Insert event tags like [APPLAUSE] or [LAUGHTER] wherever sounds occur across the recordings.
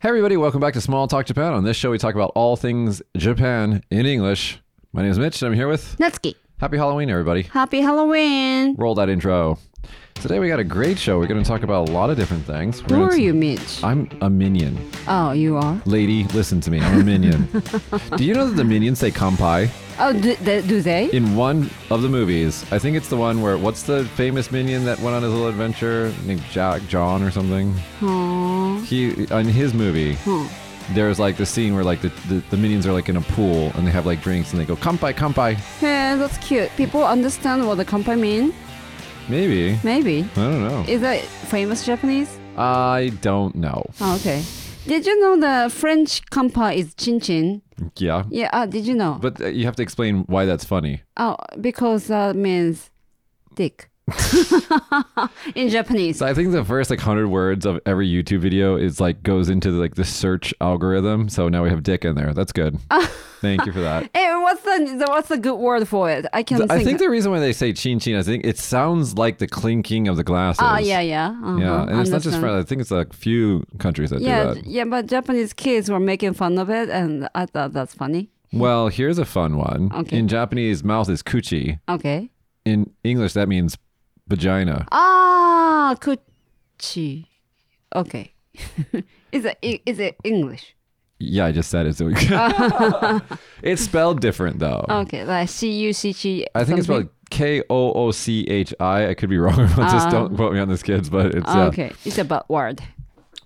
Hey, everybody, welcome back to Small Talk Japan. On this show, we talk about all things Japan in English. My name is Mitch, and I'm here with Natsuki, Happy Halloween, everybody. happy Halloween. Roll that intro. Today, we got a great show. We're going to talk about a lot of different things. We're Who gonna- are you, Mitch? I'm a minion. Oh, you are. Lady, listen to me. I'm a [LAUGHS] minion. Do you know that the minions say kampai? Oh, do, they, do they? In one of the movies, I think it's the one where, what's the famous minion that went on his little adventure? Named Jack John or something? Oh. He, on his movie, Huh. there's like the scene where like the, the, the minions are like in a pool and they have like drinks and they go kampai kampai Yeah, that's cute. People understand what the kampai mean? maybe Maybe. i don't know Is that famous Japanese? i don't know Oh, okay. Did you know the French kampai is chin chin? yeah Yeah, uh, did you know? but uh, you have to explain why that's funny oh, because that means dick. [LAUGHS] In Japanese. so i think the first like 100 words of every youtube video is like goes into like the search algorithm so now we have dick in there that's [LAUGHS] good thank you for that Hey, what's the, the what's the good word for it? I [LAUGHS] can Th- think. i think the reason why they say chin chin i think it sounds like the clinking of the glasses Ah, yeah, yeah. Uh-huh. yeah and it's not just understand. france i think it's a few countries that do Yeah, that j- yeah, but Japanese kids were making fun of it, and I thought that's funny. Well, here's a fun one. Okay. In Japanese, mouth is kuchi. Okay. In English, that means vagina. Ah, kuchi. Okay. [LAUGHS] is it is it English? Yeah, I just said it. So [LAUGHS] it's spelled different though. Okay, like C U C C. I think it's Oh, something? spelled K O O C H I. I could be wrong. Just Ah. don't quote me on this, kids. But it's uh, Ah, yeah. Okay, it's a bad word.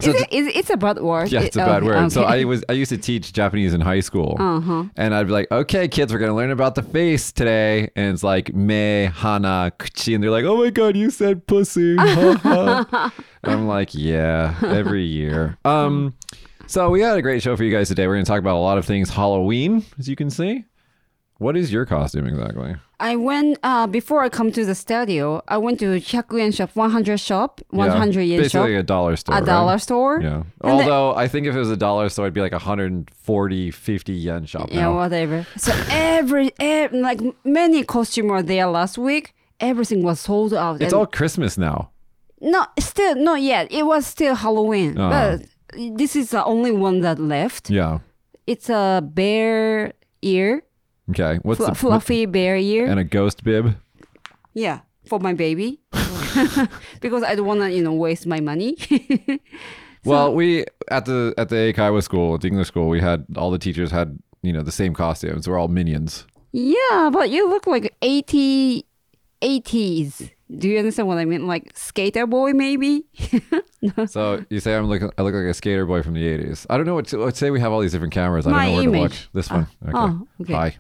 So is it, is, it's a bad word. Yeah, It- it's a bad okay, word. So Oh, okay. I was I used to teach Japanese in high school, Uh-huh. and I'd be like, "Okay, kids, we're gonna learn about the face today," and it's like me, hana, kuchi, and they're like, "Oh my god, you said pussy!" [LAUGHS] Ha, ha." And I'm like, "Yeah, every year." Um, so we had a great show for you guys today. We're gonna talk about a lot of things Halloween, as you can see. What is your costume exactly? I went uh, before I come to the studio. I went to 100 yen shop, 100 shop, 100 yeah, yen shop, basically a dollar store. a right? dollar store. Yeah. And the- Although I think if it was a dollar store, it'd be like 140, 50 yen shop Yeah, now. whatever. So every, ev like many costumes were there last week. Everything was sold out. It's and- all Christmas now. no, still not yet. It was still Halloween, Uh-huh. but this is the only one that left. Yeah. It's a bear ear, Okay. What's fl- the fluffy bear ear. and a ghost bib? yeah, for my baby, [LAUGHS] because I don't want to, you know, waste my money. [LAUGHS] well, we at the at the Aikawa school, at the English school, we had all the teachers had you know the same costumes. We're all [LAUGHS] minions. yeah, but you look like 80, 80s. Do you understand what I mean? Like skater boy, maybe. So you say I'm looking, I look like a skater boy from the '80s. I don't know what to let's say. We have all these different cameras. I My don't know where to image. look. This one. Okay. oh, okay. Hi.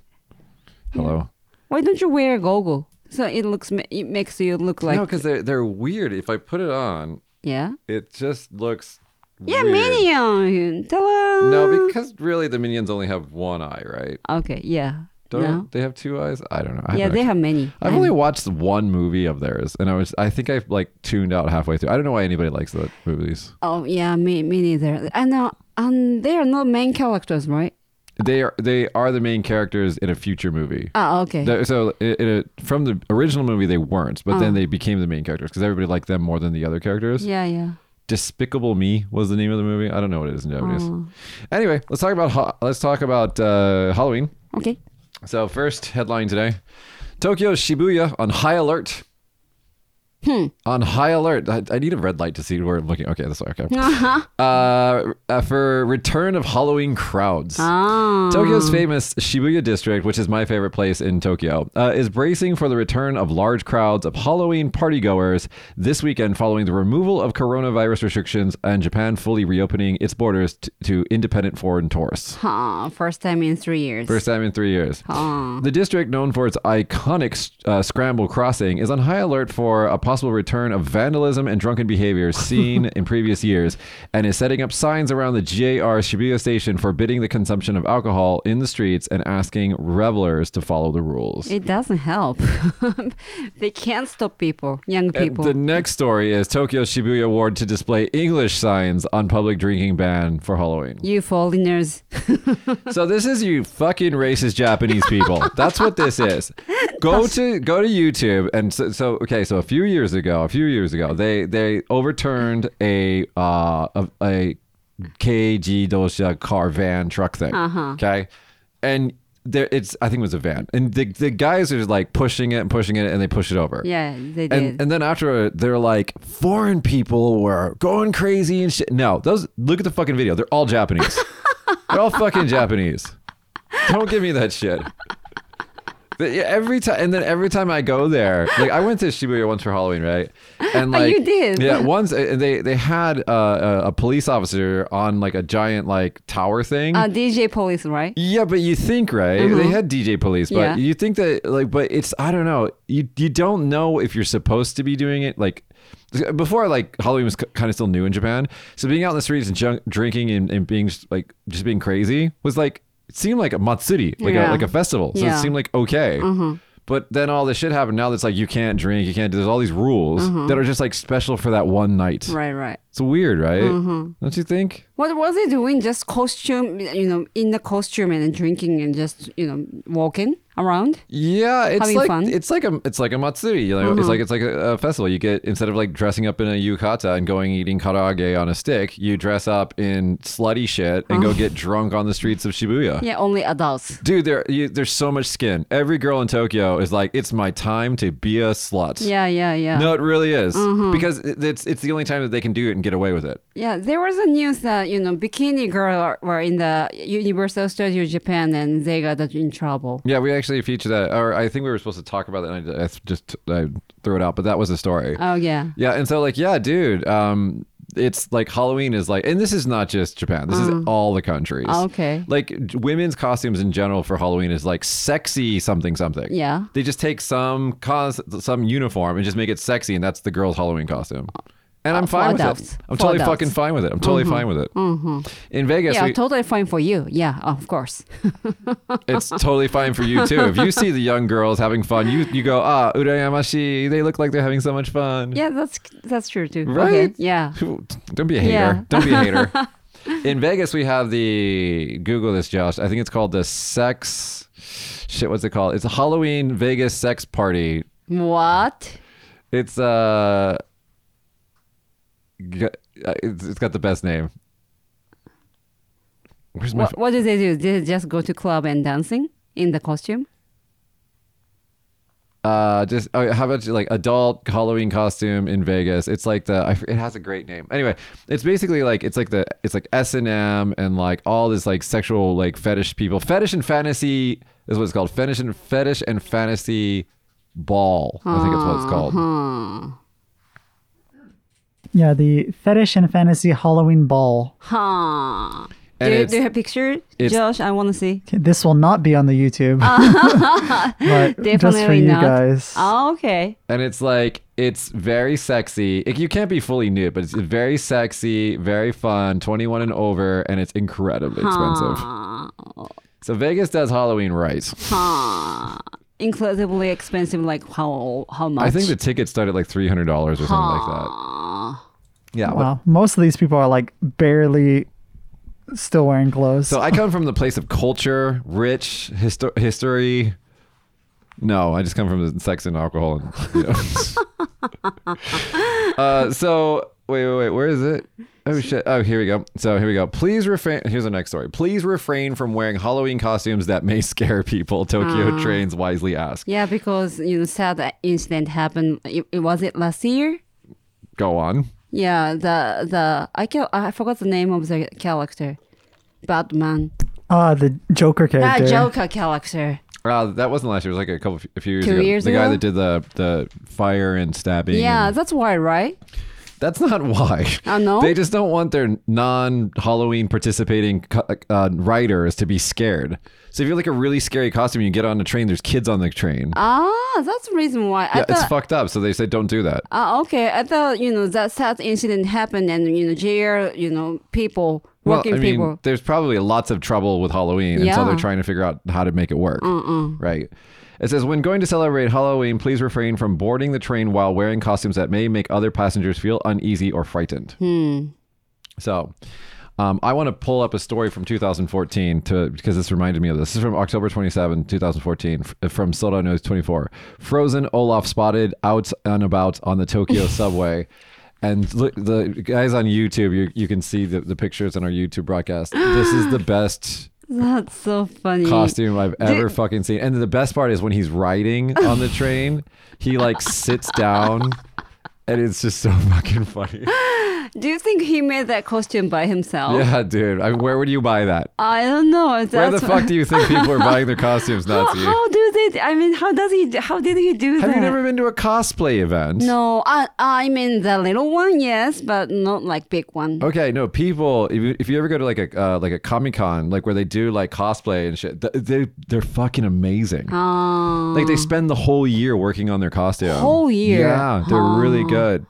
Hello. Why don't you wear a goggle? So it looks, ma- it makes you look like no, because they're they're weird. If I put it on, yeah, it just looks. yeah, weird. minion. Ta-da! No, because really the minions only have one eye, right? okay, yeah, Don't no, they have two eyes? I don't know. I yeah, haven't they have many. I've I'm- only watched one movie of theirs, and I was I think I like tuned out halfway through. I don't know why anybody likes the movies. oh yeah, me, me neither. And uh, and they are not main characters, right? They are they are the main characters in a future movie. Ah, okay. They're- so i- in a, from the original movie they weren't, but then Oh. they became the main characters because everybody liked them more than the other characters. yeah, yeah. Despicable Me was the name of the movie. I don't know what it is in Japanese. Oh. Anyway, let's talk about ha- let's talk about uh, Halloween. [LAUGHS] Okay. So first headline today: Tokyo Shibuya on high alert. On high alert. I, I need a red light to see where I'm looking. Okay, that's okay. Uh-huh. Uh, uh, for return of Halloween crowds. Ah. Tokyo's famous Shibuya district, which is my favorite place in Tokyo, uh, is bracing for the return of large crowds of Halloween partygoers this weekend following the removal of coronavirus restrictions and Japan fully reopening its borders t- to independent foreign tourists. Huh, first time in three years. First time in three years. Huh. The district, known for its iconic uh, Scramble Crossing, is on high alert for a possible return of vandalism and drunken behavior [LAUGHS] seen in previous years, and is setting up signs around the JR Shibuya station forbidding the consumption of alcohol in the streets and asking revelers to follow the rules. It doesn't help. [LAUGHS] they can't stop people, young people. The next story is Tokyo Shibuya Ward to display English signs on public drinking ban for Halloween. you foreigners. So this is you fucking racist Japanese people. That's what this is. Go to go to YouTube and so, so okay. So a few years ago, a few years ago, they they overturned a uh a, a KG Dosha car van truck thing. Uh-huh. Okay. And there it's I think it was a van. And the the guys are like pushing it and pushing it and they push it over. Yeah, they did. And, and then after they're like foreign people were going crazy and shit. No, those look at the fucking video. They're all [LAUGHS] Japanese. they're all fucking Japanese. Don't give me that shit. But yeah, Every time, and then every time I go there, like I went to Shibuya once for Halloween, right? And Oh, like you did? yeah. Once and they they had uh, a, a police officer on like a giant like tower thing. uh, DJ police, right? Yeah, but you think right? They had DJ police, but Mm-hmm. Yeah. you think that like, but it's I don't know. You you don't know if you're supposed to be doing it. Like before, like Halloween was kind of still new in Japan, so being out in the streets and junk, drinking and, and being just, like just being crazy was like it seemed like a matsuri, like Yeah. a like a festival. So Yeah. Mm-hmm. it seemed like okay. But then all this shit happened. Now that's like you can't drink, you can't. do There's all these rules that are just like special for that one night. Mm-hmm. Right, Mm-hmm. right. It's weird, right? Don't you think? What was he doing? Just costume, you know, in the costume and drinking and just, you know, walking around? Yeah, it's Having like fun? Uh-huh. it's like a it's like a matsuri. You know, it's like it's like a, a festival. You get instead of like dressing up in a yukata and going eating karaage on a stick, you dress up in slutty shit and go get drunk on the streets of Shibuya. Uh-huh. Yeah, only adults. Dude, there you, there's so much skin. Every girl in Tokyo is like, it's my time to be a slut. Yeah, Uh-huh. yeah, yeah. No, it really is because it, it's it's the only time that they can do it and get away with it. Yeah, there was a news that, you know, bikini girl were in the Universal Studio Japan and they got in trouble. Yeah, we actually featured that, or I think we were supposed to talk about that. And I, I just I threw it out, but that was the story. Oh, yeah. Yeah, and so like, yeah, dude, um, it's like Halloween is like, and this is not just Japan. This is all the countries. Mm. Oh, Okay. Like j- women's costumes in general for Halloween is like sexy something something. Yeah. They just take some cause some uniform and just make it sexy, and that's the girl's Halloween costume. And I'm Uh, for fine with adults. it. I'm For totally adults. Mm-hmm. fucking fine with it. I'm totally fine with it. In Vegas, yeah, we- totally fine for you. Yeah, of course. it's totally fine for you too. If you see the young girls having fun, you you go ah urayamashi. They look like they're having so much fun. yeah, that's that's true too. Right? Okay. Yeah. [LAUGHS] Don't be a hater. Yeah. Don't be a hater. In Vegas, we have the Google this, Josh. I think it's called the Sex. Shit, what's it called? It's a Halloween Vegas sex party. What? It's uh, g- uh, it's, it's got the best name. Where's my? What, what do they do? They just go to club and dancing in the ph- costume? uh, just oh, how about like adult Halloween costume in Vegas? It's like the I f- it has a great name. Anyway, it's basically like it's like the it's like S and M and like all this like sexual like fetish people. Fetish and fantasy is what it's called. Fetish and fetish and fantasy ball. I think it's what it's called. Uh-huh. Yeah, the Fetish and Fantasy Halloween Ball. Huh. Do And you, it's- do you have picture, it's- Josh? I want to see. Okay, This will not be on the YouTube. [LAUGHS] [LAUGHS] but just for Definitely you not. guys. Oh, okay. and it's like it's very sexy. It, you can't be fully nude, but it's very sexy, very fun, 21 and over, and it's incredibly expensive. So Vegas does Halloween right. Huh. Incredibly expensive. Like how how much? I think the ticket started like three hundred dollars or something like that. Huh. Yeah. well- Wow. Most of these people are like barely still wearing clothes. So [LAUGHS] I come from the place of culture, rich histo- history. No, I just come from the sex and alcohol. And, you [LAUGHS] know. uh, so wait, wait, wait. Where is it? Oh shit. Oh, here we go. So here we go. Please refrain. Here's the next story. Please refrain from wearing Halloween costumes that may [LAUGHS] scare people. Tokyo Hmm. trains wisely ask. Yeah, because you know, sad incident happened. It, it- was it last year? Go on. Yeah, the the I can I forgot the name of the character, Batman. Ah, the Joker That character. Joker character. Uh, that wasn't last year. It was like a couple, a few years Two ago. years the guy ago? that did the the fire and stabbing. and- Yeah, that's why, right? That's not why. Oh, no? They just don't want their non-Halloween participating co- uh, riders to be scared. So if you're like a really scary costume, you get on a train. There's kids on the train. Ah, that's the reason why. I yeah, it's thought- fucked up. So they said don't do that. Ah, okay. I thought you know that sad incident happened, and you know JR, you know people, working well, I mean, people. there's probably lots of trouble with Halloween, and so Yeah. they're trying to figure out how to make it work. Right. It says when going to celebrate Halloween, please refrain from boarding the train while wearing costumes that may make other passengers feel uneasy or frightened. Hmm. So, um, I want to pull up a story from 2014 to because this reminded me of this. This is from October 27, 2014, f- from Soda News 24. Frozen Olaf spotted out and about on the Tokyo subway. And look, the guys on YouTube, you, you can see the, the pictures on our YouTube broadcast. This is the best That's so funny. costume I've ever Dude. fucking seen. And the best part is when he's riding on the train, he like sits down and it's just so [LAUGHS] fucking funny. Do you think he made that costume by himself? Yeah, dude. I, where would you buy that? I don't know. That's Where the fuck do you think people are buying their costumes, [LAUGHS] how, Nazi? how do they? I mean, how does he? How did he do Have that? you never been to a cosplay event? No, I I mean the little one, yes, but not like big one. Okay, no people. If you, if you ever go to like a uh, like a Comic Con, like where they do like cosplay and shit, th- they they're fucking amazing. Um, Like they spend the whole year working on their costume. Whole year? Yeah, they're really good.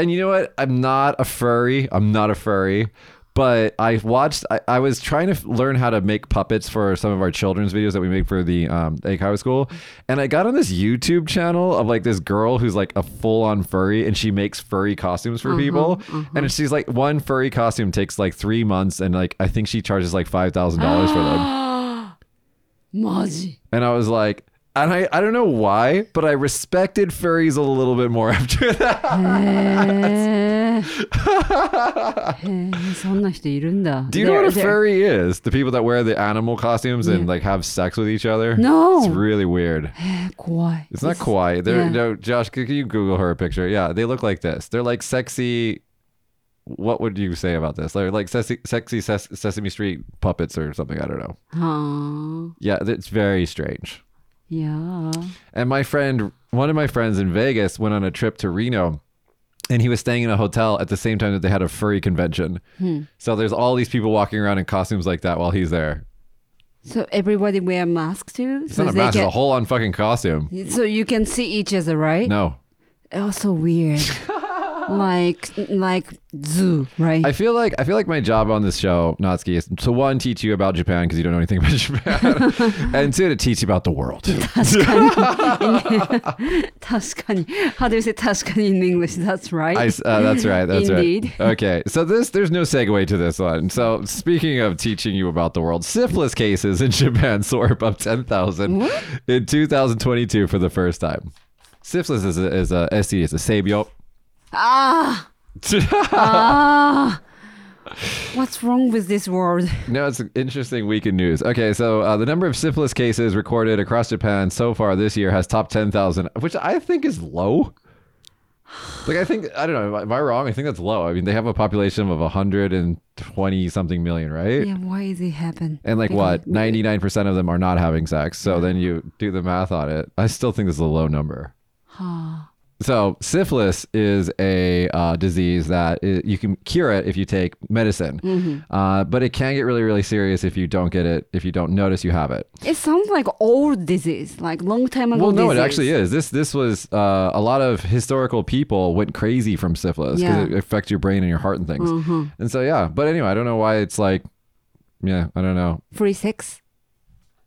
And you know what? I'm not a furry. I'm not a furry. But I watched. I, I was trying to f- learn how to make puppets for some of our children's videos that we make for the um, Egg Highway School, and I got on this YouTube channel of like this girl who's like a full-on furry, and she makes furry costumes Mm-hmm, for people. And she's like, one furry costume takes like three months, and like I think she charges like five thousand dollars for them. [GASPS] Maji. And I was like, and I, I don't know why, but I respected furries a little bit more [LAUGHS] after that. Eh. [LAUGHS] へえ。へえ、Eh, そんな人いるんだ。 Do you know what a They're- they're- furry is? The people that wear the animal costumes and like have sex with each other? No. It's really weird. えー怖い。 It's not quiet. They're yeah. no Josh, can you Google her a picture? Yeah, they look like this. They're like sexy what would you say about this? They're like sexy, sexy ses- Sesame Street puppets or something. I don't know. はあ。 Yeah, it's very strange. いやー。 And my friend, one of my friends in Vegas went on a trip to Reno and he was staying in a hotel at the same time that they had a furry convention. So there's all these people walking around in costumes like that while he's there. So everybody wear masks too? It's so not a they mask, it's can- a whole on fucking costume. So you can see each other, right? No. [LAUGHS] Also weird. like like zoo, right? I feel like I feel like my job on this show, Natsuki, is to one teach you about Japan because you don't know anything about [LAUGHS] Japan, and two to teach you about the world. 確かに。How do you say 確かに in English? That's right. I s uh, that's right. That's Indeed. [LAUGHS] right. Okay. So this there's no segue to this one. So speaking of teaching you about the world, syphilis cases in [LAUGHS] Japan soar above 10,000 in 2022 for the first time. Syphilis is a, is a STD. It's a sabio. ああああ What's wrong with [LAUGHS] this world? No, it's an interesting week in news. Okay, so uh, the number of syphilis cases recorded across Japan so far this year has topped 10,000, which I think is low. Like, I think, I don't know, am I wrong? I think that's low. I mean, they have a population of 120 something million, right? Yeah, why is it happen? And like Because- what? 99% of them are not having sex. So then you do the math on it. I still think this is a low number. So syphilis is a uh, disease that i you can cure it if you take medicine, Mm-hmm. uh, but it can get really, really serious if you don't get it if you don't notice you have it. It sounds like old disease, like long time ago. Well, no, it disease. actually is. This this was uh, a lot of historical people went crazy from syphilis because Yeah. Mm-hmm. it affects your brain and your heart and things. Uh-huh. And so yeah, but anyway, I don't know why it's like, yeah, I don't know. Free sex,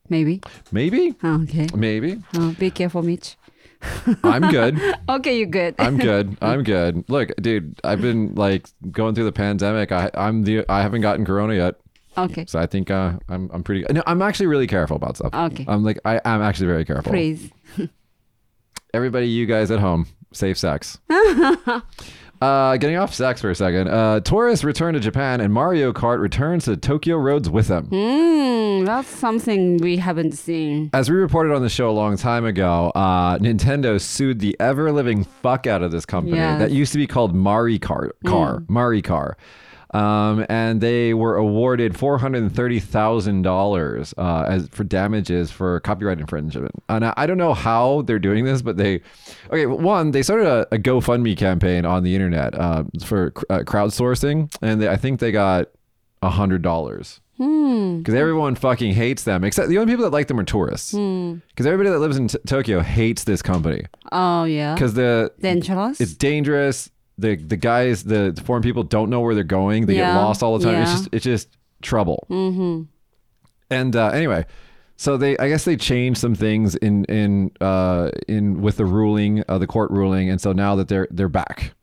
maybe. Maybe, Oh, okay. maybe Oh, be careful, Mitch. I'm good. Okay, you're good. [LAUGHS] I'm good. I'm good. Look, dude, I've been like going through the pandemic. I I'm the I haven't gotten corona yet. okay. So I think uh, I'm I'm pretty no, I'm actually really careful about stuff. Okay. I'm like I am actually very careful. Please. Everybody you guys at home, safe sex. uh getting off sex for a second. Uh Taurus returned to Japan and Mario Kart returns to Tokyo roads with them. Mm, that's something we haven't seen. As we reported on the show a long time ago, uh, Nintendo sued the ever living fuck out of this company Yes. that used to be called Mari Car, Car Mari Car, um, and they were awarded four hundred thirty thousand dollars uh, as for damages for copyright infringement. And I, I don't know how they're doing this, but they, okay, one they started a, a GoFundMe campaign on the internet uh, for cr- uh, crowdsourcing, and they, I think they got hundred dollars Hmm. because everyone fucking hates them. Except the only people that like them are tourists. Because Hmm. everybody that lives in T- Tokyo hates this company Oh, yeah. because the Dangerous? it's dangerous. The the guys, the, the foreign people don't know where they're going. They Yeah, get lost all the time. It's yeah. just it's just trouble. Mm-hmm. And uh, anyway, so they I guess they changed some things in in uh, in with the ruling uh, the court ruling, and so now that they're they're back.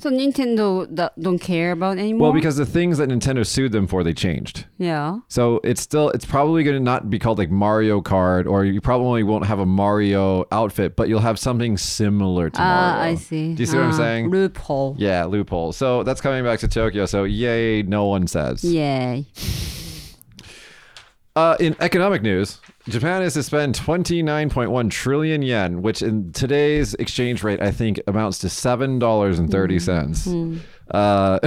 So Nintendo do- don't care about anymore. Well, because the things that Nintendo sued them for, they changed. yeah, So it's still it's probably going to not be called like Mario Kart, or you probably won't have a Mario outfit, but you'll have something similar to Ah, Mario. I see. Do you see what I'm Ah, saying? Loophole. yeah, loophole. So that's coming back to Tokyo. So yay, no one says. Yay. Uh, in economic news, Japan is to spend 29.1 trillion yen, which in today's exchange rate, I think amounts to $7.30. Mm-hmm. Hmm. Uh,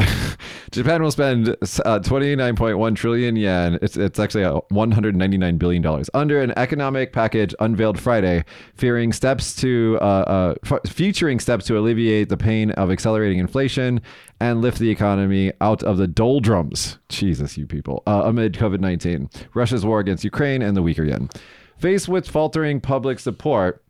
[LAUGHS] Japan will spend uh, 29.1 trillion yen. It's, it's actually uh, $199 billion under an economic package unveiled Friday, fearing steps to uh, uh, f- featuring steps to alleviate the pain of accelerating inflation and lift the economy out of the doldrums. Jesus, you people! Uh, amid COVID 19, Russia's war against Ukraine, and the weaker yen, faced with faltering public support.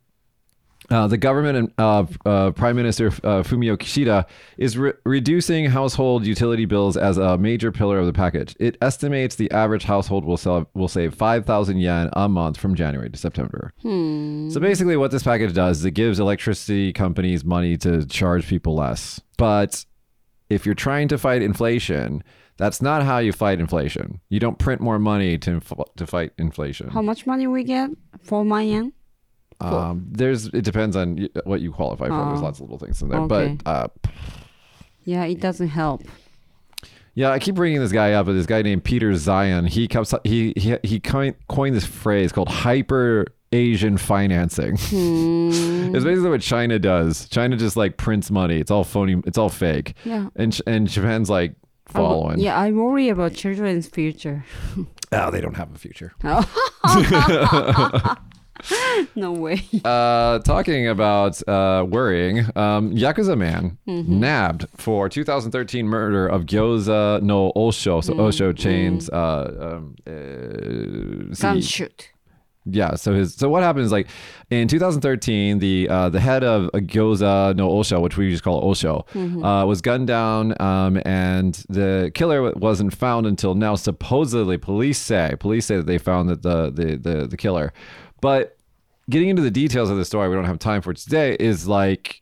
Uh, the government and uh, uh, Prime Minister uh, Fumio Kishida is re- reducing household utility bills as a major pillar of the package. It estimates the average household will sell, will save 5,000 yen a month from January to September. So basically, what this package does is it gives electricity companies money to charge people less. But if you're trying to fight inflation, that's not how you fight inflation. You don't print more money to inf- to fight inflation. How much money we get for my yen? Um, there's it depends on y- what you qualify for. There's Oh. lots of little things in there, Okay. but uh, Yeah, it doesn't help. yeah, I keep bringing this guy up. But this guy named Peter Zion, he comes he he he coined, coined this phrase called hyper Asian financing. [LAUGHS] Hmm. Mm. it's basically what China does. China just like prints money. It's all phony. It's all fake. Yeah. and Ch- and Japan's like I wo- following. Oh, yeah, I worry about children's future. [LAUGHS] Oh, they don't have a future. [LAUGHS] No way. Uh, talking about uh, worrying, um, Yakuza man nabbed for 2013 murder of Gyoza no Osho, so Osho chains. Uh, um, uh, see- Gunshot. yeah. So his so what happened is like in 2013, the uh, the head of Gyoza no Osho, which we just call Osho, uh, was gunned down, um, and the killer wasn't found until now. Supposedly, police say police say that they found that the the the, the killer, but getting into the details of the story, we don't have time for today. Is like,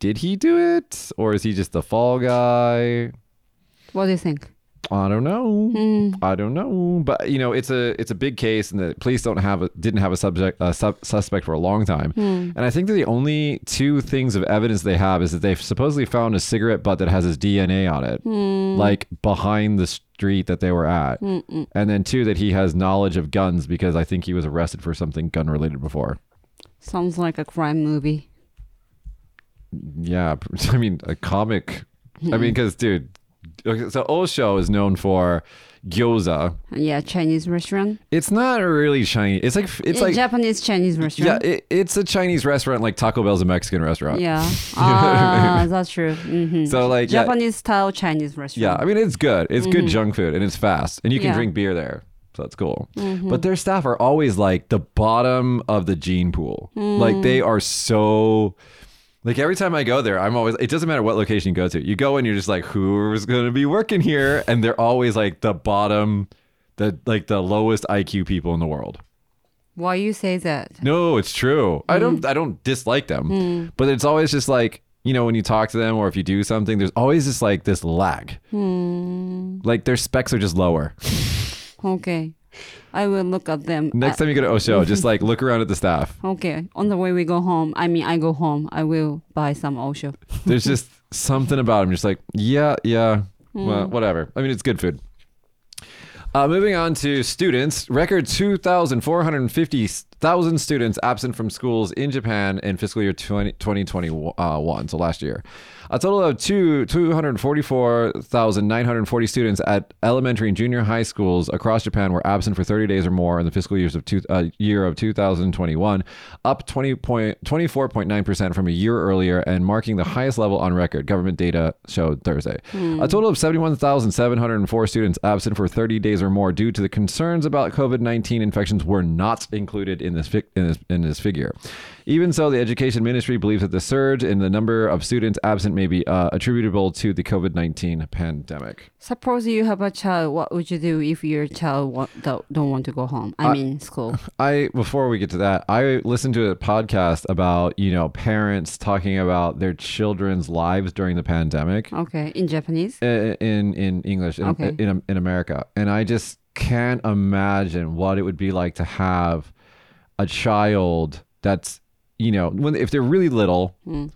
did he do it, or is he just the fall guy? What do you think? I don't know. I don't know. But you know, it's a it's a big case, and the police don't have a, didn't have a subject a sub, suspect for a long time. And I think that the only two things of evidence they have is that they've supposedly found a cigarette butt that has his DNA on it, like behind the street that they were at, and then two that he has knowledge of guns because I think he was arrested for something gun related before. Sounds like a crime movie. Yeah, [LAUGHS] I mean a comic. I mean, because dude, okay, so Osho is known for gyoza. Yeah, Chinese restaurant. It's not really Chinese. It's like it's Yeah, like Japanese Chinese yeah, restaurant. it, it's a Chinese restaurant like Taco Bell's a Mexican restaurant. [LAUGHS] Yeah. Ah, that's true. hmm So like yeah, Japanese style Chinese yeah, restaurant. I mean it's good. It's good junk food and it's fast and you can Yeah. Mm-hmm. drink beer there. So that's cool. But their staff are always like the bottom of the gene pool. Like they Mm. are so like every time I go there, I'm always it doesn't matter what location you go to. You go and you're just like who's going to be working here and they're always like the bottom the like the lowest IQ people in the world. Why you say that? No, it's true. I don't I don't dislike them. But it's always just like, you know, when you talk to them or if you do something, there's always just like this lag. Like their specs are just lower. Okay. I will look at them. Next time you go to Osho, just like look around at the staff. I- okay. On the way we go home, I mean, I go home, I will buy some Osho. There's just something about them. Just like, yeah, yeah. Well, whatever. I mean, it's good food. Uh, moving on to students, record 2,450,000 students absent from schools in Japan in fiscal year 20, 2021, so last year. A total of two 244,940 students at elementary and junior high schools across Japan were absent for 30 days or more in the fiscal years of two, uh, year of 2021, up 20 point, 24.9% from a year earlier and marking the highest level on record, government data showed Thursday. A total of 71,704 students absent for 30 days or more due to the concerns about COVID 19 infections were not included in this, fic- in this in this figure. Even so, the education ministry believes that the surge in the number of students absent may be uh, attributable to the COVID nineteen pandemic. Suppose you have a child. What would you do if your child wa- don't don't want to go home? I [LAUGHS] mean, school. I before we get to that, I listened to a podcast about you know parents talking about their children's lives during the pandemic. Okay, in Japanese. i- uh, in in English in, Okay. in in America, and I just can't imagine what it would be like to have a child that's you know when if they're really little. n-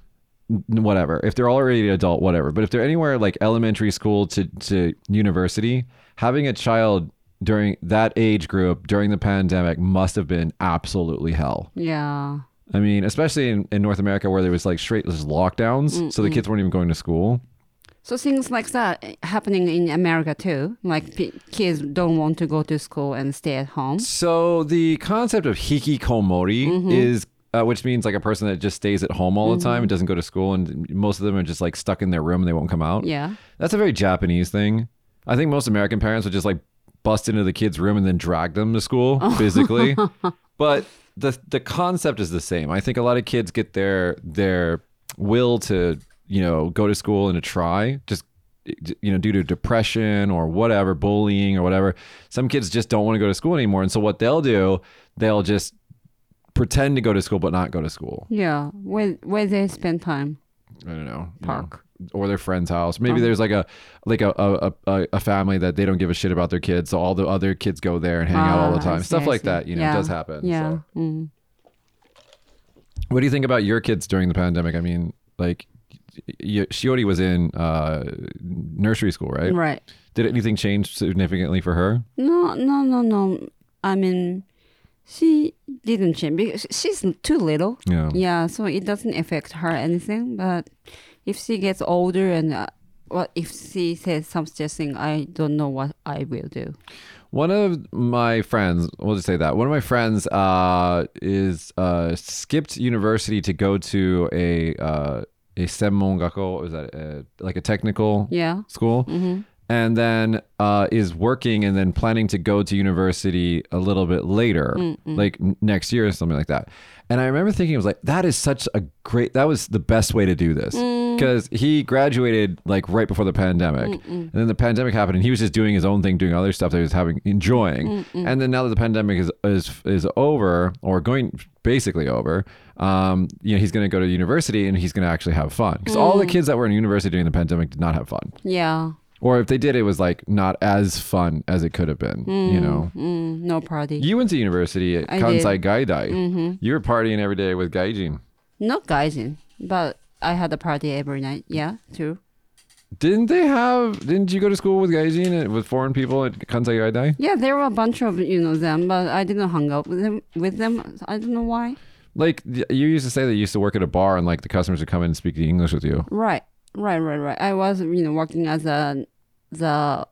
Whatever. If they're already an adult, whatever. But if they're anywhere like elementary school to, to university, having a child during that age group during the pandemic must have been absolutely hell. Yeah. I mean, especially in, in North America where there was like straight just lockdowns. So the kids weren't even going to school. So things like that eh, happening in America too. Like p- kids don't want to go to school and stay at home. So the concept of hikikomori is, uh, which means like a person that just stays at home all the time and doesn't go to school, and most of them are just like stuck in their room and they won't come out. Yeah. that's a very Japanese thing. I think most American parents would just like bust into the kid's room and then drag them to school physically. but the the concept is the same. I think a lot of kids get their their will to you know go to school and to try just you know due to depression or whatever bullying or whatever some kids just don't want to go to school anymore and so what they'll do they'll just pretend to go to school but not go to school Yeah. Where where they spend time? I don't know you know, Park. or their friend's house. Oh. Maybe there's like a like a, a a a family that they don't give a shit about their kids, so all the other kids go there and hang out all Ah, the I time. see, Stuff I like see. that, you know, Yeah. does happen. Yeah. so. Mm. What do you think about your kids during the pandemic? I mean, like, y- y- Shiori was in uh, nursery school, right? Right. Did anything change significantly for her? No, no, no, no. I mean, she didn't change because she's too little. Yeah. Yeah, so it doesn't affect her anything. But if she gets older and uh, well, if she says something, I don't know what I will do. One of my friends, we'll just say that one of my friends uh, is uh, skipped university to go to a uh, a semmongako, is that uh like a technical Yeah. school and then uh, is working and then planning to go to university a little bit later like n- next year or something like that and i remember thinking it was like that is such a great that was the best way to do this because he graduated like right before the pandemic and then the pandemic happened and he was just doing his own thing doing other stuff that he was having enjoying and then now that the pandemic is is is over or going basically over um, you know he's going to go to university and he's going to actually have fun because all the kids that were in university during the pandemic did not have fun Yeah. or if they did, it was like not as fun as it could have been. You know, Mm, no party. Mm-hmm. you went to university at I Hmm. Kansai Gaidai. You were partying every day with gaijin. Not gaijin, but I had a party every night. Yeah, true. Didn't they have? Didn't you go to school with gaijin and with foreign people at Kansai Gaidai? Yeah, there were a bunch of you know them, but I didn't hang out with them. With them, I don't know why. Like y- you used to say that you used to work at a bar and like the customers would come in and speak the English with you. Right, right, right, right. I was you know working as a the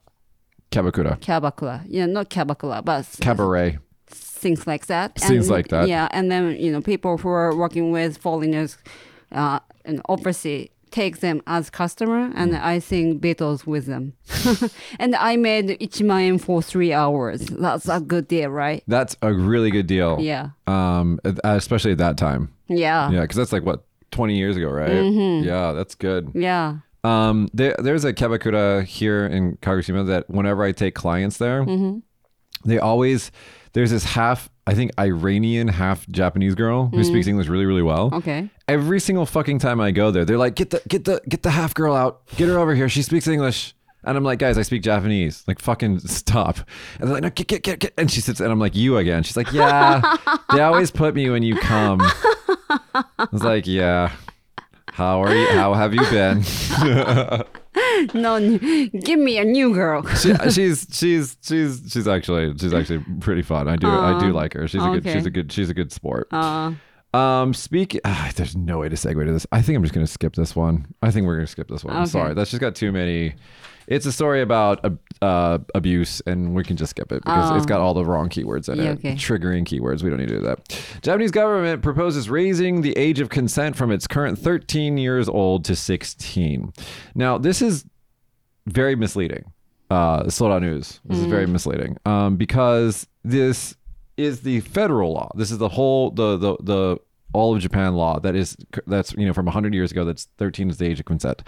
Kabakura, cabacla. Yeah, not cabacla, but s- cabaret. things like that. Things And- like that. Yeah, and then you know people who are working with foreigners, uh, and obviously take them as customer, and Mm. I sing Beatles with them. [LAUGHS] and I made ichiman yen for three hours. That's a good deal, right? That's a really good deal. Yeah, Um, especially at that time. yeah, Mm-hmm. yeah. Yeah, because that's like what twenty years ago, right? Yeah, that's good. Um, there, there's a kebakura here in Kagoshima that whenever I take clients there, they always there's this half I think Iranian, half Japanese girl who speaks English really, really well. Okay. Every single fucking time I go there, they're like, get the get the get the half girl out, get her over here. She speaks English. And I'm like, guys, I speak Japanese. Like, fucking stop. And they're like, no, get, get, get, get. And she sits, and I'm like, you again. She's like, yeah. they always put me when you come. I was like, yeah. How are you? How have you been? [LAUGHS] No, n- give me a new girl. she, uh, she's she's she's she's actually [LAUGHS] she's actually pretty fun. I do I do like her. She's a good Um, okay. she's a good she's a good sport. [LAUGHS] Uh, um, speak. [SIGHS] ah, there's no way to segue to this. I think I'm just gonna skip this one. I think we're gonna skip this one. I'm Okay. sorry. That's just got too many. It's a story about ab- uh, abuse, and we can just skip it because Um, it's got all the wrong keywords in Yeah, it. okay. Triggering keywords. We don't need to do that. Japanese government proposes raising the age of consent from its current 13 years old to 16. Now, this is very Mm. misleading. Uh, Soda News. This is very misleading um, because this is the federal law. This is the whole the the the all of Japan law that is that's you know from 100 years ago that's 13 is the age of consent.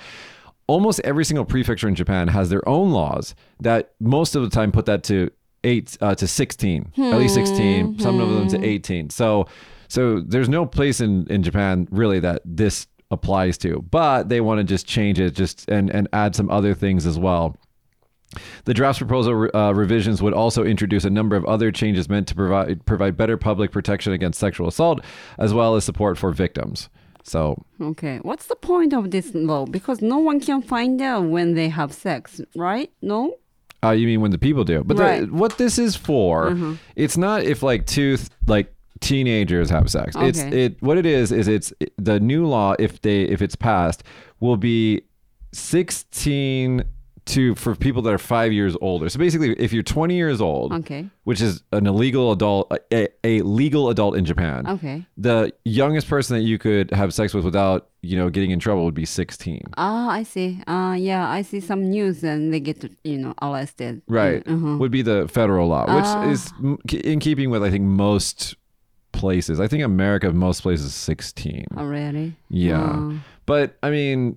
Almost every single prefecture in Japan has their own laws that most of the time put that to 8 uh, to 16. At least 16, some of them to 18. So so there's no place in in Japan really that this applies to. But they want to just change it just and and add some other things as well. The draft's proposal uh, revisions would also introduce a number of other changes meant to provide provide better public protection against sexual assault, as well as support for victims. So Okay. What's the point of this law? Because no one can find out when they have sex, right? No? Uh, you mean when the people do? But the, Right. Mm-hmm. what this is for, it's not if like two th- like teenagers have sex. It's Okay. it what it is is it's the new law if they if it's passed will be sixteen to for people that are five years older. So basically, if you're 20 years old, Okay. which is an illegal adult, a, a legal adult in Japan, Okay. the youngest person that you could have sex with without you know getting in trouble would be 16. Ah, I see. Uh, yeah, I see some news and they get, you know, arrested. right uh-huh. would be the federal law which Ah. is m- in keeping with i think most places i think america most places is 16 Oh, Already. yeah but i mean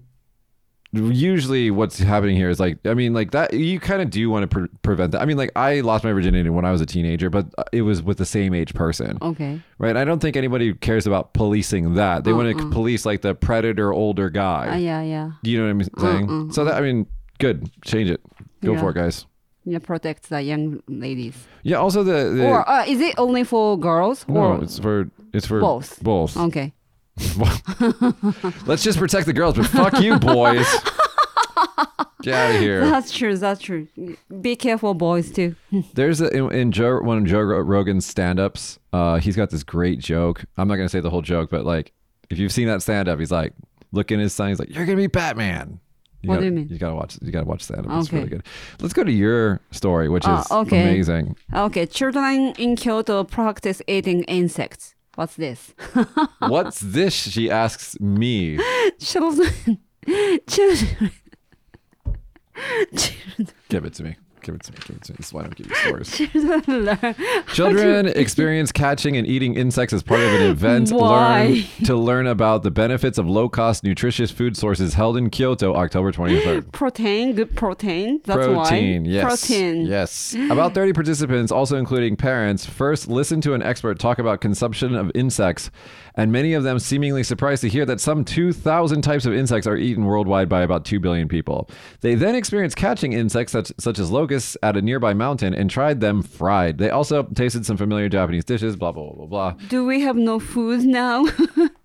usually what's happening here is like i mean like that you kind of do want to pre- prevent that i mean like i lost my virginity when i was a teenager but uh, it was with the same age person Uh, Okay. right i don't think anybody cares about policing that they want to Uh-uh. police like the predator older guy Ah, yeah, yeah. do you know what i'm saying so that i mean good change it go Uh-uh. Yeah. for it guys Yeah, protects the young ladies. yeah also the, the Or uh, is it only for girls? No, or it's for it's for Both. Both. [LAUGHS] okay. Let's just protect the girls, but fuck you, [LAUGHS] boys. Get out of here. That's true. That's true. Be careful, boys, too. There's a, in, in Joe, one of Joe Rogan's stand-ups. Uh, he's got this great joke. I'm not gonna say the whole joke, but like, if you've seen that stand-up, he's like, look in his son. He's like, you're gonna be Batman. What gotta, do you mean? You gotta watch. You gotta watch stand-up. It's Okay. really good. Let's go to your story, which Ah, is okay. [LAUGHS] amazing. Ah, Okay. Children in Kyoto practice eating insects. What's [LAUGHS] this? What's this? She asks me. children. [LAUGHS] Children. Give it to me. Give it to me. Give it to me. This is why I don't give you stories. Children learn. [LAUGHS] Children experience catching and eating insects as part of an event Why? learn, to learn about the benefits of low cost nutritious food sources held in Kyoto October 23rd. Protein, good protein. That's Protein, why. yes. Protein. Yes. About 30 participants, also including parents, first listened to an expert talk about consumption of insects, and many of them seemingly surprised to hear that some 2,000 types of insects are eaten worldwide by about 2 billion people. They then experienced catching insects such, such as locusts at a nearby mountain and tried them fried. They also tasted some familiar Japanese dishes, blah, blah, blah, blah. Do we have no food now? [LAUGHS]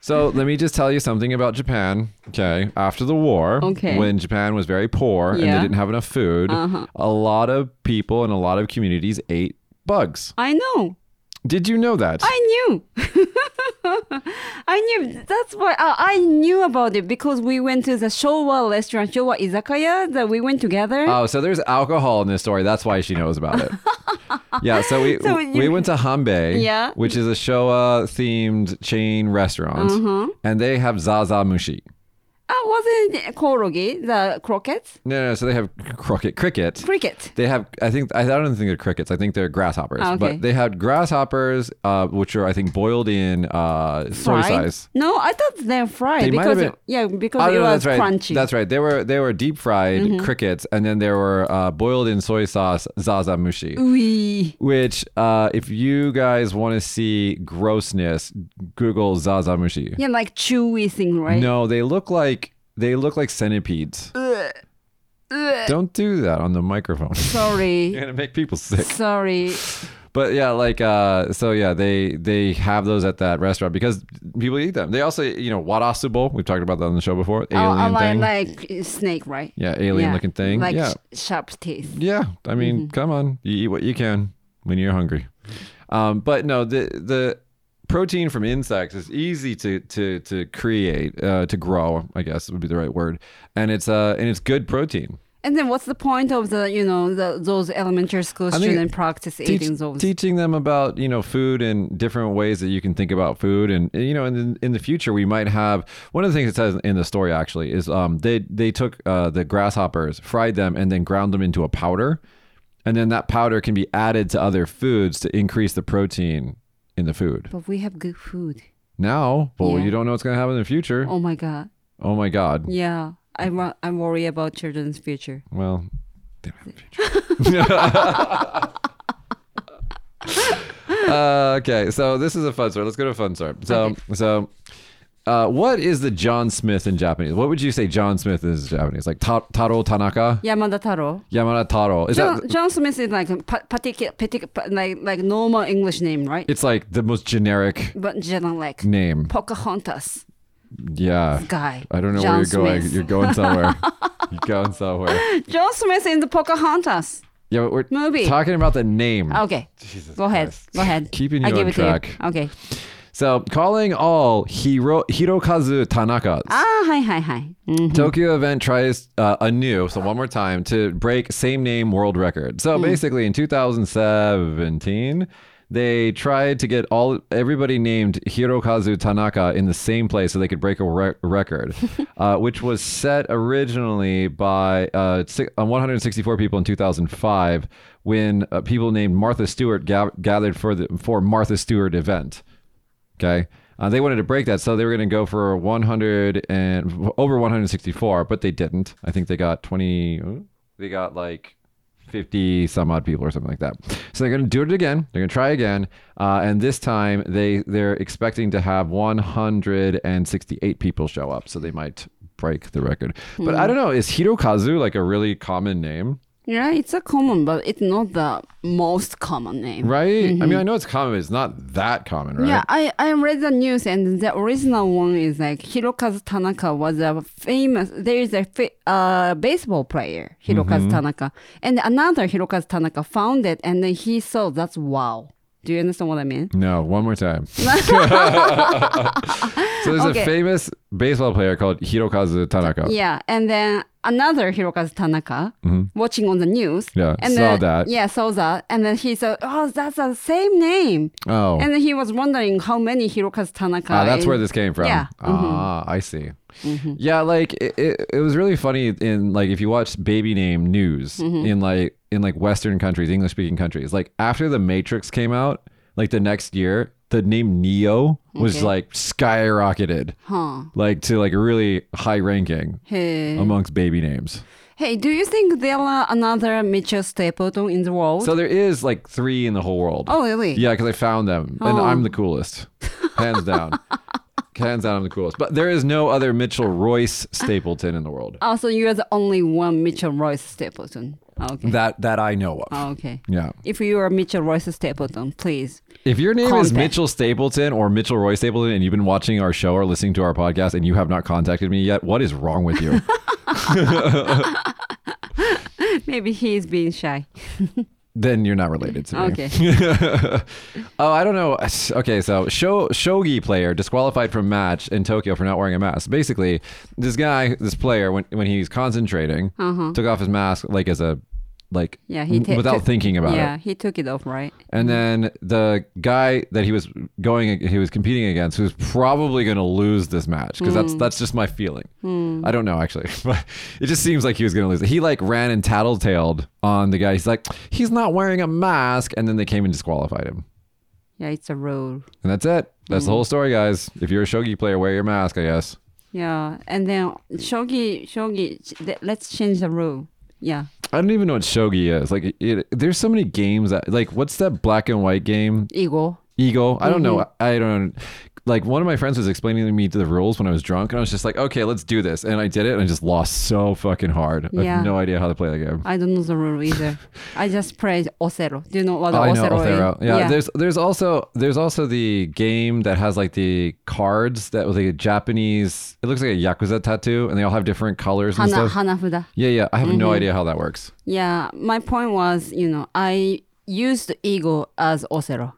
So let me just tell you something about Japan. Okay. After the war, Okay. when Japan was very poor and they Yeah. Uh-huh. didn't have enough food, a lot of people and a lot of communities ate bugs. I know. Did you know that? I knew. [LAUGHS] I knew. That's why I, I knew about it because we went to the Showa restaurant, Showa Izakaya, that we went together. Oh, so there's alcohol in this story. That's why she knows about [LAUGHS] it. yeah, so we So you- we went to Hanbei, Yeah. which is a Showa themed chain restaurant, Uh-huh. and they have zaza mushi. I Ah, wasn't korogi, the croquettes, No, no, so they have croquet cricket. cricket. They have, I think, I don't think they're crickets. I think they're grasshoppers. Ah, okay. But they had grasshoppers, uh, which are, I think, boiled in uh, soy Fried? sauce. No, I thought they're fried They might because have been- yeah, because Oh, it no, no, was that's right. crunchy. Mm-hmm. That's right. They were they were deep fried crickets, and then they were uh, boiled in soy sauce zaza mushi. Ooh. Which, uh, if you guys want to see grossness, Google zaza mushi. Yeah, like chewy thing, right? No, they look like they look like centipedes. Don't do that on the microphone. [LAUGHS] You're Sorry. gonna make people sick. Sorry. But yeah, like uh, so yeah, they they have those at that restaurant because people eat them. They also you know warasubo. We've talked about that on the show before. Alien Oh, I thing. like, like snake, right? yeah, alien looking thing. Like yeah, sh- sharp teeth. yeah. I mean, come on, you eat what you can when you're hungry. Um, but no, the the protein from insects is easy to to to create uh, to grow. I guess would be the right word. And it's uh and it's good protein. And then what's the point of the, you know, the, those elementary school think students practice eating Teach- those? teaching them about you know food and different ways that you can think about food and you know in, in the future we might have one of the things it says in the story actually is um they they took uh, the grasshoppers fried them and then ground them into a powder And then that powder can be added to other foods to increase the protein in the food. But we have good food. Now, well, Yeah. you don't know what's going to happen in the future. Oh, Oh my god. my God. Yeah. I wa- I'm worried about children's future. Well, they don't have a future. [LAUGHS] uh, okay, so this is a fun story. Let's go to a fun story. So, Okay. so. Uh, what is the John Smith in Japanese? What would you say John Smith is in Japanese? Like ta- Taro Tanaka, Yamada Taro. Yamada Taro. Is John, that John Smith is like a pa- particular, particular, like like normal English name, right? It's like the most generic but generic. name. Pocahontas Yeah. guy. I don't know John where you're going. Smith. You're going [LAUGHS] somewhere. you're going somewhere. John Smith in the Pocahontas Yeah, but we're movie. Oh. talking about the name. Okay. Go ahead. Go ahead. Keeping I you give on it track. To you. Okay. So, calling all Hiro- Hirokazu Tanaka. Ah, hi, hi, hi. Mm. Tokyo event tries uh, anew, so one more time, to break same name world record. So basically, in 2017, they tried to get all everybody named Hirokazu Tanaka in the same place so they could break a re- record, uh, which was set originally by uh, si- uh, 164 people in 2005 when uh, people named Martha Stewart ga- gathered for the for Martha Stewart event. Okay. Uh, they wanted to break that, so they were going to go for 100 and over 164, but they didn't. I think they got 20. They got like 50 some odd people or something like that. So they're going to do it again. They're going to try again, uh, and this time they they're expecting to have 168 people show up, so they might break the record. But I don't know. Is Hirokazu like a really common name? Yeah, it's a common, but it's not the most common name. Right? I mean, I know it's common. But it's not that common, right? Yeah, I, I read the news and the original one is like Hirokazu Tanaka was a famous. There is a fa- uh, baseball player Mm-hmm. Hirokazu Tanaka, and another Hirokazu Tanaka found it, and then he saw that's wow. Do you understand what I mean? No, one more [LAUGHS] time. so there's a Okay. famous baseball player called Hirokazu Tanaka. Yeah, and then another Hirokazu Tanaka watching on the news. Mm-hmm. Yeah, and saw then, that. Yeah, saw that, and then he said, "Oh, that's the same name." Oh, And then he was wondering how many Hirokazu Tanaka. ah, that's is- where this came from. Yeah, Mm-hmm. Ah, I see. Yeah, like it, it, it was really funny in like if you watch baby name news Mm-hmm. in like in like Western countries, English speaking countries. Like after the Matrix came out, like the next year, the name Neo was Okay. like skyrocketed, Huh. like to like a really high ranking Hey. amongst baby names. Hey, do you think there are another Mitchell Stapleton in the world? So there is like three in the whole world. oh, really? Yeah, because I found them, and Oh. I'm the coolest, hands [LAUGHS] down. hands down, I'm the coolest. But there is no other Mitchell Royce Stapleton in the world Oh, so you are the only one Mitchell Royce Stapleton. Oh, Okay. Oh, that that I know of. okay. Yeah. If you are Mitchell Royce Stapleton, please. [LAUGHS] If your name is Contact. Mitchell Stapleton or Mitchell Roy Stapleton, and you've been watching our show or listening to our podcast, and you have not contacted me yet, what is wrong with you? Maybe he is being shy. then you're not related to me. Okay. [LAUGHS] oh, I don't know. Okay, so show shogi player disqualified from match in Tokyo for not wearing a mask. Basically, this guy, this player, when when he's concentrating, took off his mask like as a like Yeah, Uh-huh. he ta- without took- thinking about yeah, it. he took it off, right? And then the guy that he was going, he was competing against, who's probably going to lose this match because that's that's just my feeling. I don't know actually, [LAUGHS] but it just seems like he was going to lose. He like ran and tattletailed on the guy. He's like, he's not wearing a mask, and then they came and disqualified him. Yeah, it's a rule. And that's it. That's the whole story, guys. If you're a shogi player, wear your mask, I guess. Yeah, and then shogi, shogi. ch- th- Let's change the rule. Yeah. I don't even know what shogi is. Like, it, there's so many games that, like, what's that black and white game? Eagle. Eagle. I don't know. Mm-hmm. I don't. Like, one of my friends was explaining to me the rules when I was drunk, and I was just like, okay, let's do this. And I did it, and I just lost so fucking hard. I Yeah. have no idea how to play that game. I don't know the rule either. I just played Othello. Do you know what Oh, I know Othello Othello. is? Yeah, there's there's also there's also the game that has like the cards that was like a Japanese. It looks like a yakuza tattoo, and they all have different colors and Hana, Mm-hmm. stuff. Hanafuda. Yeah, yeah. I have no idea how that works. Yeah, my point was, you know, I used ego as Othello.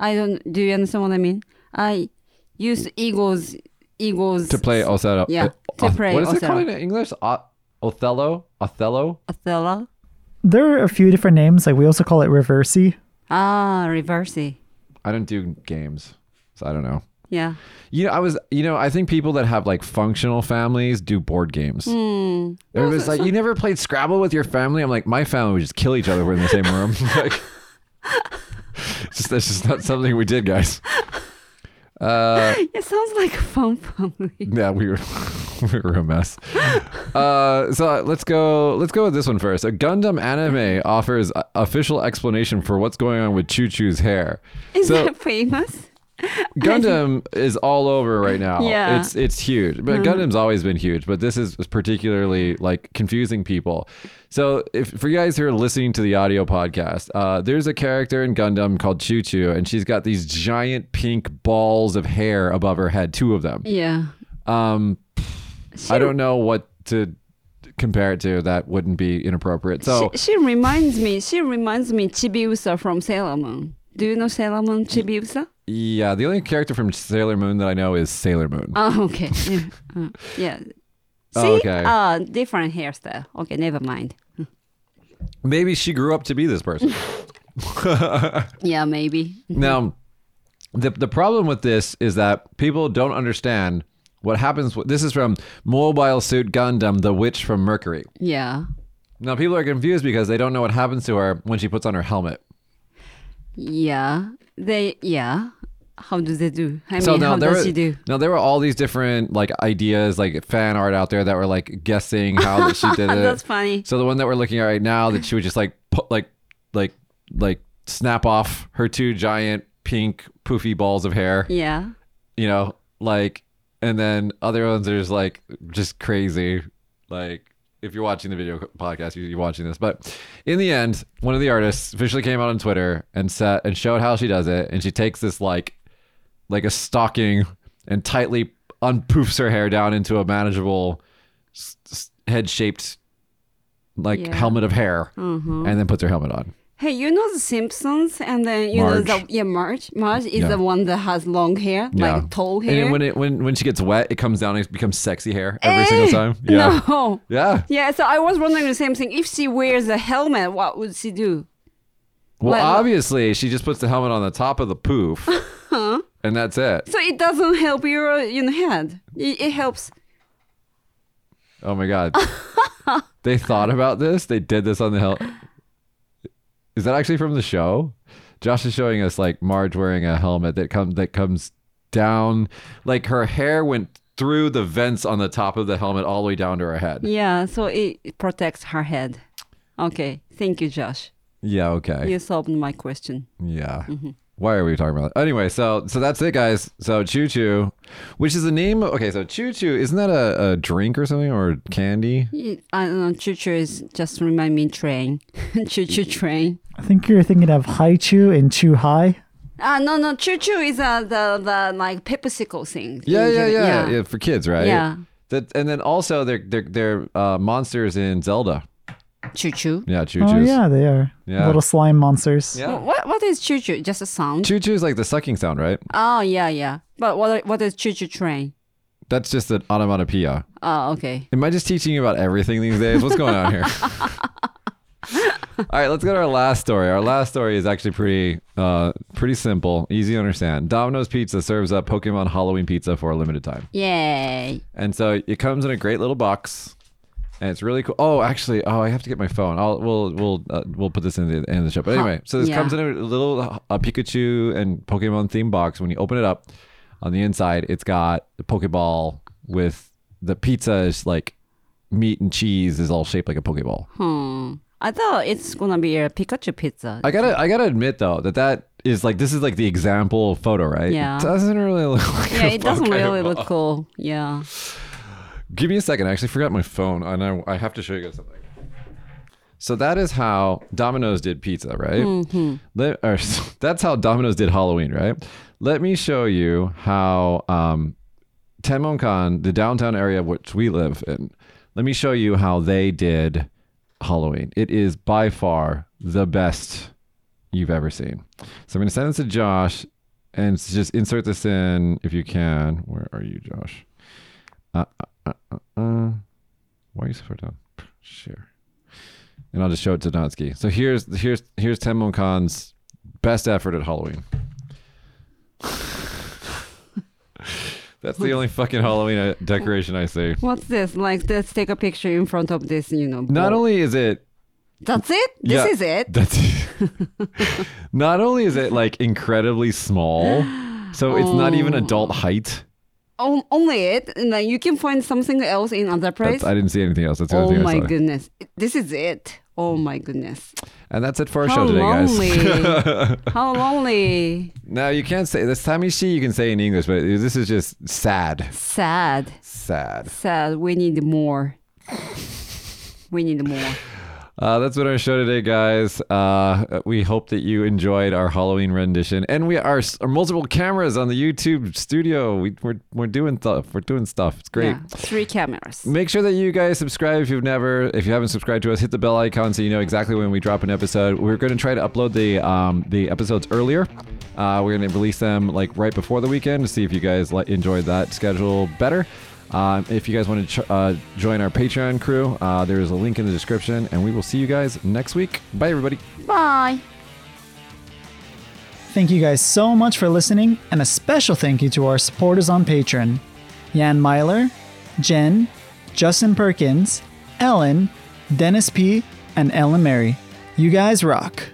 I don't. Do you understand what I mean? I used ego's ego's To play Othello. Uh, Yeah, to play What is it Othello. called in English? O- Othello? Othello? Othello. There are a few different names. Like we also call it reversi. Ah, reverse. I don't do games, so I don't know. Yeah. [LAUGHS] You know, I was, you know, I think people that have like functional families do board Hmm. games. Everybody's like, you never played Scrabble with your family? I'm like, my family would just kill each other. We're in the same [LAUGHS] room. like, it's just, that's just not something we did, guys. Uh, It sounds like a fun family. Yeah, we were [LAUGHS] we were a mess. Uh, so let's go. Let's go with this one first. A Gundam anime offers a- official explanation for what's going on with Choo Choo's hair. Is so that famous? Gundam is all over right now. [LAUGHS] Yeah. Uh-huh. it's it's huge. But Gundam's always been huge. But this is particularly like confusing people. So if for you guys who are listening to the audio podcast, uh, there's a character in Gundam called Choo Choo, and she's got these giant pink balls of hair above her head, two of them. Yeah. Um, I don't know what to compare it to. That wouldn't be inappropriate. So she, she reminds me. She reminds me Chibi Usa from Sailor Moon. Do you know Sailor Moon Chibi Usa? yeah, the only character from Sailor Moon that I know is Sailor Moon. Oh, okay. [LAUGHS] Yeah. Uh, yeah. See, Oh, okay. uh, different hairstyle. Okay, never mind. Maybe she grew up to be this person. Yeah, maybe. now, the the problem with this is that people don't understand what happens. With, this is from Mobile Suit Gundam: The Witch from Mercury. Yeah. Now, people are confused because they don't know what happens to her when she puts on her helmet. Yeah. They. Yeah. How do they do? I mean, So now how there does were, she do? now there were all these different like ideas, like fan art out there that were like guessing how [LAUGHS] that she did it. Oh, That's funny. So the one that we're looking at right now, that she would just like put like like like snap off her two giant pink poofy balls of hair, Yeah. you know, like, and then other ones are just like just crazy, like. If you're watching the video podcast, you- you're watching this. But in the end, one of the artists officially came out on Twitter and set and showed how she does it. And she takes this like like a stocking and tightly unpoofs her hair down into a manageable s- s- head shaped like Yeah. helmet of hair Mhm. and then puts her helmet on. Hey, you know the Simpsons, and then you know Marge. the yeah Marge. Marge is Yeah. the one that has long hair, Yeah. like tall And hair. then when it when when she gets wet, it comes down and it becomes sexy hair every single time. Yeah. Eh! [LAUGHS] No. Yeah. Yeah, so I was wondering the same thing. If she wears a helmet, what would she do? Well, Like- obviously she just puts the helmet on the top of the poof. and that's it. So it doesn't help your your head. It, it helps. Oh my god. they thought about this. They did this on the hel Is that actually from the show? Josh is showing us like Marge wearing a helmet that comes that comes down like her hair went through the vents on the top of the helmet all the way down to her head. Yeah, so it, it protects her head. Okay, thank you, Josh. Yeah, okay. You solved my question. Yeah. Why are we talking about that? Anyway, so so that's it, guys. So Choo Choo, which is the name. Of, okay, so Choo Choo isn't that a, a drink or something or candy? I don't know. Choo choo is just remind me train. [LAUGHS] choo choo train. I think you're thinking of Haichu and Chu Hai. Ah, no, no. Choo choo is uh, the the like pepsicle thing. Yeah, yeah, yeah, yeah, yeah. For kids, right? Yeah. That and then also they're they're they're uh, monsters in Zelda. Choo choo. Yeah, Choo Choo's. Oh yeah, they are Yeah. little slime monsters. Yeah. What what is choo choo? Just a sound. Choo Choo's like the sucking sound, right? oh yeah, yeah. But what what is choo choo train? That's just an onomatopoeia. Oh okay. Am I just teaching you about everything these days? What's going on here? All right, let's go to our last story. Our last story is actually pretty, uh, pretty simple, easy to understand. Domino's Pizza serves up Pokemon Halloween pizza for a limited time, Yay. and so it comes in a great little box, and it's really cool. Oh, actually, oh, I have to get my phone. I'll we'll we'll uh, we'll put this in the end of the show. But Huh, anyway, so this yeah. comes in a little uh, Pikachu and Pokemon themed box. When you open it up, on the inside, it's got the Pokeball with the pizza is like meat and cheese is all shaped like a Pokeball. Hmm. I thought it's gonna be a Pikachu pizza. I gotta, I gotta admit though that that is like this is like the example photo, right? Yeah. It doesn't really look. Like yeah, a it doesn't really Pokeball. look cool. Yeah. Give me a second. I actually forgot my phone, and I, I have to show you guys something. So that is how Domino's did pizza, right? Mm-hmm. Let, or, [LAUGHS] that's how Domino's did Halloween, right? Let me show you how um, Tenmonkan, the downtown area which we live in, let me show you how they did Halloween. It is by far the best you've ever seen. So I'm going to send this to Josh and s- just insert this in if you can. Where are you, Josh? Uh, uh, uh, uh, uh. Why are you so far down? Sure. And I'll just show it to Donsky. So here's here's here's Tenmon Khan's best effort at Halloween. [LAUGHS] That's the only fucking Halloween uh, decoration I see. What's this? Like, let's take a picture in front of this, you know. Not bowl. only is it That's it? This Yeah, is it? That's [LAUGHS] not only is it like incredibly small, so it's not Oh. even adult height. On- only it? And then you can find something else in other place? That's, I didn't see anything else. That's the oh only thing my I saw. goodness. This is it. Oh my goodness. And that's it for our How show today, [LAUGHS] lonely. guys. How lonely. no, you can't say this tamishi. You can say in English, but this is just sad. Sad. Sad. Sad. We need more. We need more. Uh, that's been our show today, guys. Uh, we hope that you enjoyed our Halloween rendition, and we are, s- are multiple cameras on the YouTube studio. We, we're we're doing stuff. We're doing stuff. It's great. Yeah. Three cameras. Make sure that you guys subscribe if you've never, if you haven't subscribed to us, hit the bell icon so you know exactly when we drop an episode. We're going to try to upload the um, the episodes earlier. Uh, we're going to release them like right before the weekend to see if you guys like enjoyed that schedule better. Um, if you guys want to ch- uh, join our Patreon crew, uh, there is a link in the description, and we will see you guys next week. Bye, everybody. Bye. Thank you guys so much for listening, and a special thank you to our supporters on Patreon Jan Myler, Jen, Justin Perkins, Ellen, Dennis P., and Ellen Mary. You guys rock.